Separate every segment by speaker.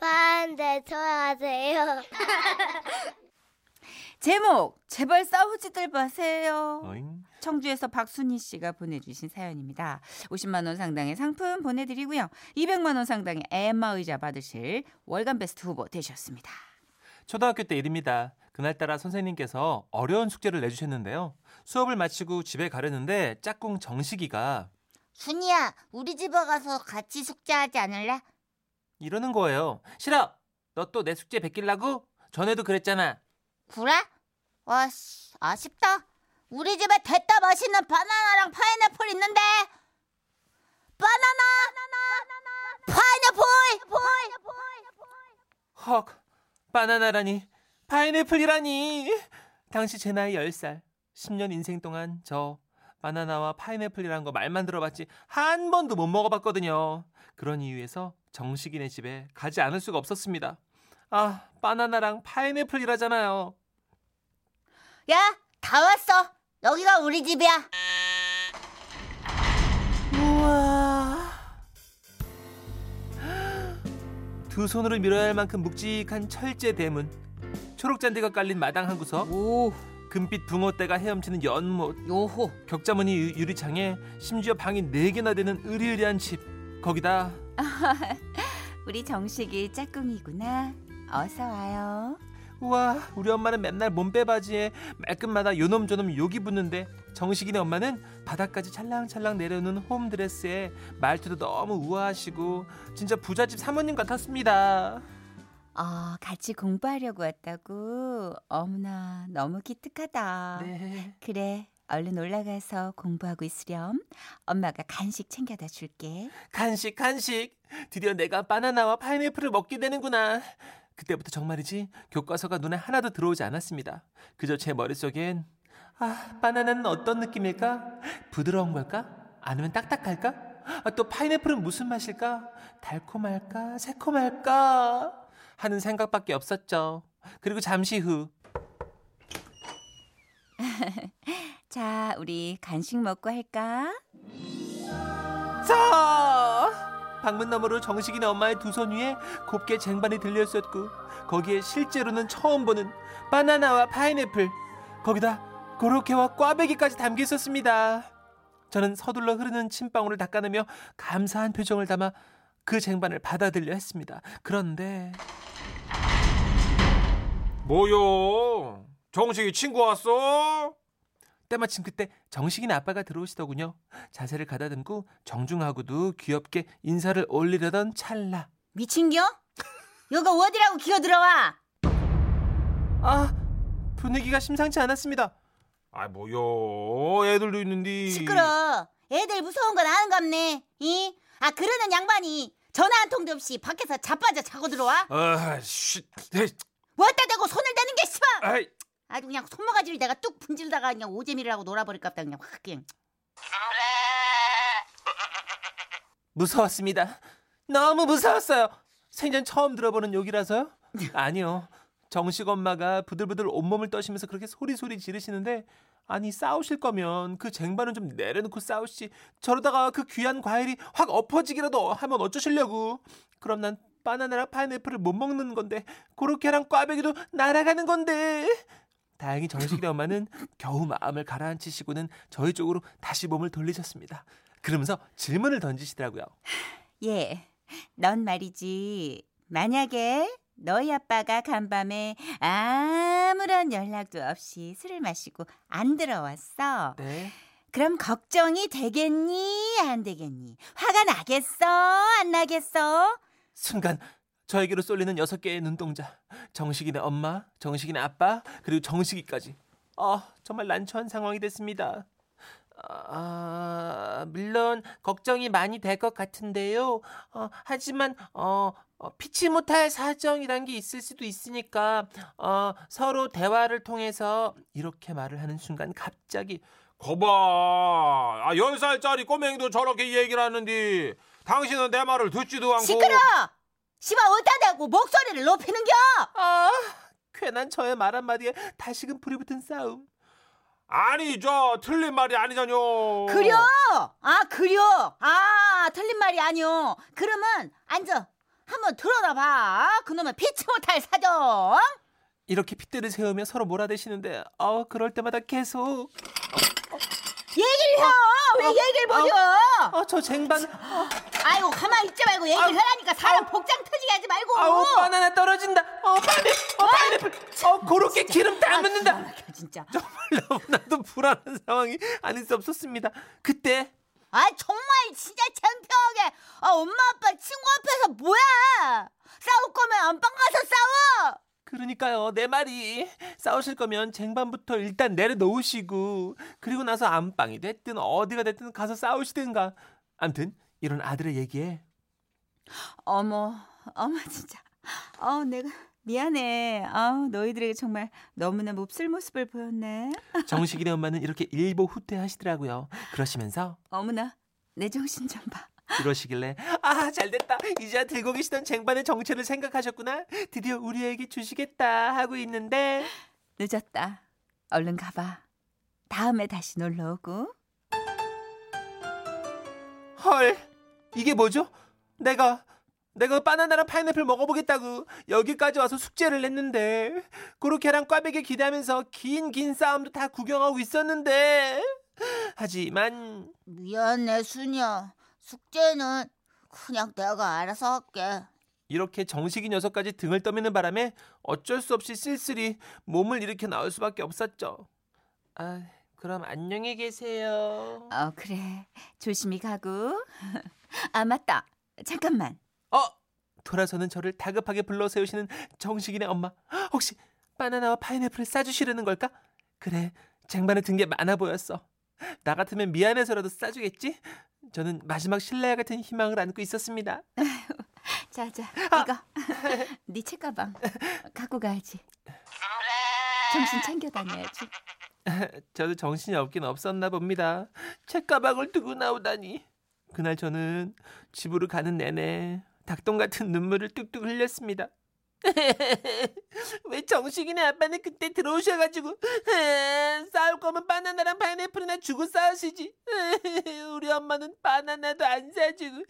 Speaker 1: 하는데 좋아하세요.
Speaker 2: 제목 제발 싸우지들 마세요.
Speaker 3: 어잉? 예.
Speaker 2: 청주에서 박순희 씨가 보내주신 사연입니다. 50만 원 상당의 상품 보내드리고요. 200만 원 상당의 엠마 의자 받으실 월간 베스트 후보 되셨습니다.
Speaker 3: 초등학교 때 일입니다. 그날따라 선생님께서 어려운 숙제를 내주셨는데요. 수업을 마치고 집에 가려는데 짝꿍 정식이가
Speaker 4: 순이야, 우리 집에 가서 같이 숙제하지 않을래?
Speaker 3: 이러는 거예요. 싫어! 너 또 내 숙제 베낄라고? 전에도 그랬잖아.
Speaker 4: 그래? 와, 씨, 아쉽다. 우리 집에 됐다 맛있는 바나나랑 파인애플 있는데. 바나나! 파인애플!
Speaker 3: 헉, 바나나라니, 파인애플이라니. 당시 제 나이 10살, 10년 인생 동안 저 바나나와 파인애플이라는 거 말만 들어봤지 한 번도 못 먹어봤거든요. 그런 이유에서 정식이네 집에 가지 않을 수가 없었습니다. 아, 바나나랑 파인애플이라잖아요.
Speaker 4: 야, 다 왔어. 여기가 우리 집이야.
Speaker 3: 우와. 두 손으로 밀어야 할 만큼 묵직한 철제 대문. 초록 잔디가 깔린 마당 한 구석.
Speaker 2: 오
Speaker 3: 금빛 붕어대가 헤엄치는 연못.
Speaker 2: 요호
Speaker 3: 격자무늬 유- 유리창에 심지어 방이 네개나 되는 으리으리한 집. 거기다
Speaker 2: 우리 정식이 짝꿍이구나. 어서 와요.
Speaker 3: 우와 우리 엄마는 맨날 몸빼 바지에 말끝마다 요놈저놈 욕이 붙는데 정식이네 엄마는 바닥까지 찰랑찰랑 내려오는 홈드레스에 말투도 너무 우아하시고 진짜 부잣집 사모님 같았습니다.
Speaker 2: 어, 같이 공부하려고 왔다고. 어머나 너무 기특하다.
Speaker 3: 네.
Speaker 2: 그래 얼른 올라가서 공부하고 있으렴. 엄마가 간식 챙겨다 줄게.
Speaker 3: 간식 간식 드디어 내가 바나나와 파인애플을 먹게 되는구나 그때부터 정말이지 교과서가 눈에 하나도 들어오지 않았습니다 그저 제 머릿속엔 아 바나나는 어떤 느낌일까 부드러운 걸까 아니면 딱딱할까 아, 또 파인애플은 무슨 맛일까 달콤할까 새콤할까 하는 생각밖에 없었죠 그리고 잠시 후
Speaker 2: 자, 우리 간식 먹고 할까?
Speaker 3: 자! 방문 너머로 정식이네 엄마의 두 손 위에 곱게 쟁반이 들려있었고 거기에 실제로는 처음 보는 바나나와 파인애플 거기다 고로케와 꽈배기까지 담겨 있었습니다. 저는 서둘러 흐르는 침방울을 닦아내며 감사한 표정을 담아 그 쟁반을 받아들려 했습니다. 그런데
Speaker 5: 뭐요? 정식이 친구 왔어?
Speaker 3: 때마침 그때 정식이네 아빠가 들어오시더군요. 자세를 가다듬고 정중하고도 귀엽게 인사를 올리려던 찰나
Speaker 4: 미친겨? 여기 어디라고 기어 들어와?
Speaker 3: 아 분위기가 심상치 않았습니다.
Speaker 5: 아 뭐요? 애들도 있는데.
Speaker 4: 시끄러. 애들 무서운 건 아는갑네. 이? 아 그러는 양반이 전화 한 통도 없이 밖에서 자빠져 자고 들어와?
Speaker 5: 아, 쉿. 에이,
Speaker 4: 왔다 대고 손을 대는 게 씨발.
Speaker 5: 아이,
Speaker 4: 아주 그냥 손모가지를 내가 뚝 분질다가 그냥 오재미를 하고 놀아버릴까 보다 그냥 확 그냥.
Speaker 3: 무서웠습니다. 너무 무서웠어요. 생전 처음 들어보는 욕이라서요? 아니요. 정식 엄마가 부들부들 온몸을 떠시면서 그렇게 소리소리 지르시는데 아니 싸우실 거면 그 쟁반은 좀 내려놓고 싸우시 저러다가 그 귀한 과일이 확 엎어지기라도 하면 어쩌시려고 그럼 난 바나나랑 파인애플을 못 먹는 건데 고로케랑 꽈배기도 날아가는 건데 다행히 정식이 엄마는 겨우 마음을 가라앉히시고는 저희 쪽으로 다시 몸을 돌리셨습니다 그러면서 질문을 던지시더라고요
Speaker 2: 예. 넌 말이지. 만약에 너희 아빠가 간밤에 아무런 연락도 없이 술을 마시고 안 들어왔어.
Speaker 3: 네.
Speaker 2: 그럼 걱정이 되겠니? 안 되겠니? 화가 나겠어? 안 나겠어?
Speaker 3: 순간 저에게로 쏠리는 여섯 개의 눈동자. 정식이네 엄마, 정식이네 아빠, 그리고 정식이까지. 아, 정말 난처한 상황이 됐습니다. 아, 물론 걱정이 많이 될 것 같은데요. 어, 하지만 어, 어, 피치 못할 사정이란 게 있을 수도 있으니까 어, 서로 대화를 통해서 이렇게 말을 하는 순간 갑자기
Speaker 5: 거봐. 아, 열살짜리 꼬맹이도 저렇게 얘기를 하는데 당신은 내 말을 듣지도 않고.
Speaker 4: 시끄러. 씨발 어디다 대고 목소리를 높이는겨?
Speaker 3: 아, 괜한 저의 말 한마디에 다시금 불이 붙은 싸움.
Speaker 5: 아니, 저 틀린 말이 아니잖요.
Speaker 4: 그려. 아 그려. 아 틀린 말이 아니오. 그러면 앉아. 한번 들어나 봐. 그놈의 피치 못할 사정.
Speaker 3: 이렇게 핏대를 세우며 서로 몰아대시는데 어 그럴 때마다 계속
Speaker 4: 얘기를 해. 왜 얘기를 버려?
Speaker 3: 어 저 쟁반
Speaker 4: 아이고 가만히 있지 말고 얘기를 하라니까 사람 복장 터지게 하지 말고.
Speaker 3: 아우 바나나 떨어진다 어 파인애플 어 파인애플 어 그렇게 기름 다 묻는다
Speaker 4: 막혀, 진짜.
Speaker 3: 정말 너무나도 불안한 상황이 아닐 수 없었습니다 그때
Speaker 4: 아 정말 진짜 창피하게. 아 엄마 아빠 친구 앞에서 뭐야? 싸울 거면 안방 가서 싸워.
Speaker 3: 그러니까요 내 말이 싸우실 거면 쟁반부터 일단 내려놓으시고 그리고 나서 안방이 됐든 어디가 됐든 가서 싸우시든가 암튼 이런 아들의 얘기에
Speaker 2: 어머, 어머 진짜. 어, 내가 미안해. 아, 너희들에게 정말 너무나 몹쓸 모습을 보였네.
Speaker 3: 정식이네 엄마는 이렇게 일보 후퇴하시더라고요 그러시면서
Speaker 2: 어머나, 내 정신 좀 봐.
Speaker 3: 이러시길래 아 잘됐다 이제야 들고 계시던 쟁반의 정체를 생각하셨구나 드디어 우리에게 주시겠다 하고 있는데
Speaker 2: 늦었다. 얼른 가봐. 다음에 다시 놀러 오고.
Speaker 3: 헐 이게 뭐죠? 내가 내가 바나나랑 파인애플 먹어보겠다고 여기까지 와서 숙제를 냈는데 고로케랑 꽈배기 기대하면서 긴 긴 싸움도 다 구경하고 있었는데 하지만
Speaker 4: 미안해 순이야. 숙제는 그냥 내가 알아서 할게.
Speaker 3: 이렇게 정식이 녀석까지 등을 떠미는 바람에 어쩔 수 없이 쓸쓸히 몸을 일으켜 나올 수밖에 없었죠. 아 그럼 안녕히 계세요.
Speaker 2: 어, 그래. 조심히 가고. 아, 맞다. 잠깐만.
Speaker 3: 어 돌아서는 저를 다급하게 불러 세우시는 정식이네 엄마 혹시 바나나와 파인애플을 싸주시려는 걸까 그래 쟁반에 든 게 많아 보였어 나 같으면 미안해서라도 싸주겠지 저는 마지막 신뢰 같은 희망을 안고 있었습니다
Speaker 2: 자, 자. 이거. 네 책가방 갖고 가야지. 정신 챙겨 다녀야지.
Speaker 3: 저도 정신이 없긴 없었나 봅니다 책가방을 두고 나오다니 그날 저는 집으로 가는 내내 닭똥 같은 눈물을 뚝뚝 흘렸습니다 왜 정식이네 아빠는 그때 들어오셔가지고 싸울 거면 바나나랑 파인애플이나 주고 싸우시지 우리 엄마는 바나나도 안 사주고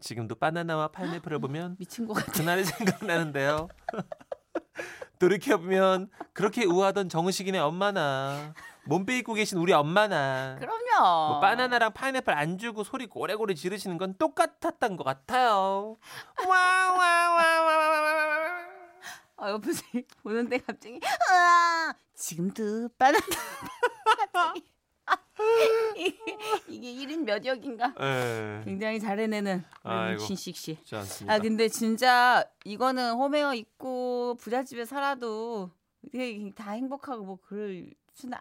Speaker 3: 지금도 바나나와 파인애플을 보면
Speaker 2: 미친 것 같아.
Speaker 3: 그날이 생각나는데요 돌이켜보면 그렇게 우아하던 정식이네 엄마나 몸빼 입고 계신 우리 엄마나
Speaker 2: 그럼요.
Speaker 3: 뭐 바나나랑 파인애플 안 주고 소리 고래고래 지르시는 건 똑같았던 것 같아요. 와와와와와와.
Speaker 2: 어, 여보세요. 오는데 갑자기
Speaker 4: 으아,
Speaker 2: 지금도 바나나 갑자기. 이게, 이게 1인 몇 역인가?
Speaker 5: 네,
Speaker 3: 예.
Speaker 2: 굉장히 잘해내는
Speaker 3: 아이고.
Speaker 2: 신식 씨.
Speaker 3: 좋지 않습니다.
Speaker 2: 아 근데 진짜 이거는 홈웨어 입고 부잣집에 살아도 이게 다 행복하고 뭐 그럴 수는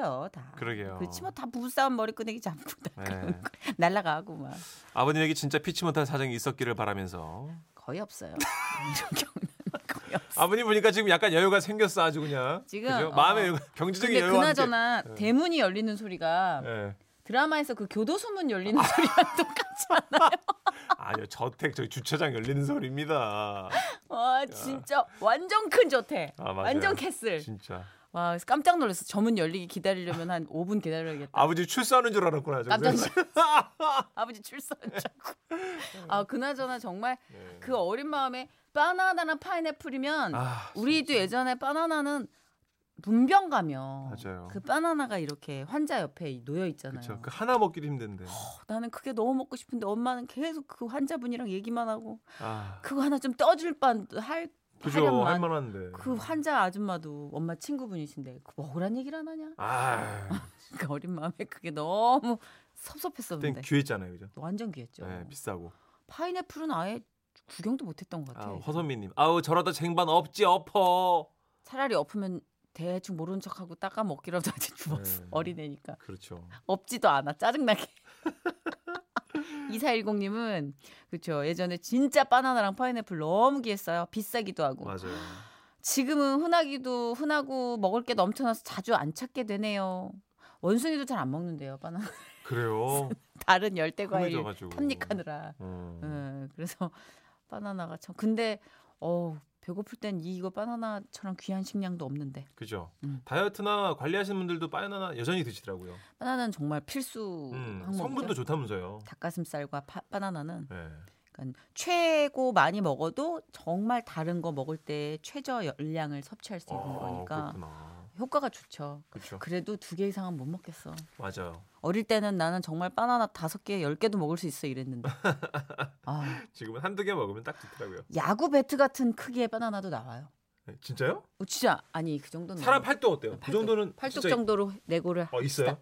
Speaker 2: 없어요 다.
Speaker 5: 그러게요.
Speaker 2: 그렇지 뭐 다 부부싸움 머리 끄내기 잡고 다
Speaker 5: 네.
Speaker 2: 그런 거 날라가고 막
Speaker 5: 아버님에게 진짜 피치 못한 사정이 있었기를 바라면서
Speaker 2: 거의 없어요. 이런 경우는 거의 없어.
Speaker 5: 아버님 보니까 지금 약간 여유가 생겼어 아주 그냥
Speaker 2: 지금,
Speaker 5: 그죠?
Speaker 2: 어.
Speaker 5: 마음의 여유가, 경제적인
Speaker 2: 근데
Speaker 5: 여유가
Speaker 2: 그나저나
Speaker 5: 함께.
Speaker 2: 대문이 열리는 소리가
Speaker 5: 예.
Speaker 2: 드라마에서 그 교도소 문
Speaker 5: 아.
Speaker 2: 열리는 소리랑 똑같지 않아요?
Speaker 5: 아니요 저택 저희 주차장 열리는 소리입니다
Speaker 2: 와 진짜 완전 큰 저태.
Speaker 5: 아, 맞아요.
Speaker 2: 완전 캐슬.
Speaker 5: 진짜
Speaker 2: 와 그래서 깜짝 놀랐어. 저 문 열리기 기다리려면 한 5분 기다려야겠다.
Speaker 5: 아버지 출산하는 줄 알았구나 그 지금.
Speaker 2: 깜짝 놀랐어. 아버지 출산한 줄 알고. 아 그나저나 정말
Speaker 5: 네.
Speaker 2: 그 어린 마음에 바나나랑 파인애플이면
Speaker 5: 아,
Speaker 2: 우리도 예전에 바나나는 문병 가면
Speaker 5: 맞아요.
Speaker 2: 그 바나나가 이렇게 환자 옆에 놓여 있잖아요.
Speaker 5: 그쵸. 그 하나 먹기도 힘든데.
Speaker 2: 어, 나는 그게 너무 먹고 싶은데 엄마는 계속 그 환자분이랑 얘기만 하고
Speaker 5: 아,
Speaker 2: 그거 하나 좀 떠줄 반할
Speaker 5: 그죠.
Speaker 2: 하련만.
Speaker 5: 할만한데.
Speaker 2: 그 환자 아줌마도 엄마 친구분이신데 그 먹으란 얘기를 안 하냐?
Speaker 5: 아,
Speaker 2: 그 어린 마음에 그게 너무
Speaker 5: 그땐
Speaker 2: 섭섭했었는데
Speaker 5: 귀했잖아요, 그죠?
Speaker 2: 완전 귀했죠.
Speaker 5: 네, 비싸고.
Speaker 2: 파인애플은 아예 구경도 못했던 것
Speaker 5: 아,
Speaker 2: 같아요.
Speaker 5: 허선미님, 아우 저러다 쟁반 없지 엎어.
Speaker 2: 차라리 엎으면 대충 모른 척하고 닦아 먹기라도 하지 죽었어.
Speaker 5: 네.
Speaker 2: 어린애니까
Speaker 5: 그렇죠.
Speaker 2: 엎지도 않아 짜증나게. 2410님은 그렇죠 예전에 진짜 바나나랑 파인애플 너무 귀했어요 비싸기도 하고
Speaker 5: 맞아요.
Speaker 2: 지금은 흔하기도 흔하고 먹을 게 넘쳐나서 자주 안 찾게 되네요 원숭이도 잘 안 먹는데요 바나나
Speaker 5: 그래요.
Speaker 2: 다른 열대 과일
Speaker 5: 흔해져가지고.
Speaker 2: 탐닉하느라
Speaker 5: 음.
Speaker 2: 예, 그래서 바나나가 참 근데 어 배고플 땐 이거 바나나처럼 귀한 식량도 없는데
Speaker 5: 그죠.
Speaker 2: 음.
Speaker 5: 다이어트나 관리하시는 분들도 바나나 여전히 드시더라고요.
Speaker 2: 바나나는 정말 필수
Speaker 5: 음,
Speaker 2: 항목이죠.
Speaker 5: 성분도 좋다면서요.
Speaker 2: 닭가슴살과 파- 바나나는
Speaker 5: 네.
Speaker 2: 그러니까 최고 많이 먹어도 정말 다른 거 먹을 때 최저 열량을 섭취할 수 있는 거니까
Speaker 5: 아, 어, 그렇구나.
Speaker 2: 효과가 좋죠.
Speaker 5: 그렇죠.
Speaker 2: 그래도 두 개 이상은 못 먹겠어.
Speaker 5: 맞아요.
Speaker 2: 어릴 때는 나는 정말 바나나 다섯 개, 열 개도 먹을 수 있어 이랬는데. 아,
Speaker 5: 지금은 한두 개 먹으면 딱 좋더라고요.
Speaker 2: 야구 배트 같은 크기의 바나나도 나와요.
Speaker 5: 네, 진짜요?
Speaker 2: 어, 진짜 아니 그 정도는
Speaker 5: 사람
Speaker 2: 아니고.
Speaker 5: 팔뚝 어때요? 그
Speaker 2: 팔뚝.
Speaker 5: 정도는
Speaker 2: 팔뚝
Speaker 5: 진짜
Speaker 2: 정도로 내고를
Speaker 5: 어, 있어요?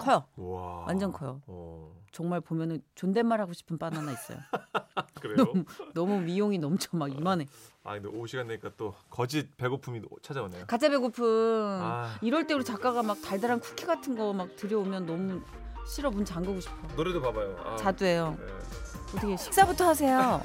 Speaker 2: 커요.
Speaker 5: 와.
Speaker 2: 완전 커요.
Speaker 5: 어,
Speaker 2: 정말 보면은 존댓말 하고 싶은 바나나 있어요.
Speaker 5: 그래요?
Speaker 2: 너무 미용이 넘쳐 막 이만해.
Speaker 5: 아 근데 오후 시간 되니까 또 거짓 배고픔이 오- 찾아오네요.
Speaker 2: 가짜 배고픔.
Speaker 5: 아.
Speaker 2: 이럴 때 우리 작가가 막 달달한 쿠키 같은 거 막 들여오면 너무 싫어 문 잠그고 싶어.
Speaker 5: 노래도 봐봐요. 아,
Speaker 2: 자두예요.
Speaker 5: 네.
Speaker 2: 어떻게 식사부터 하세요.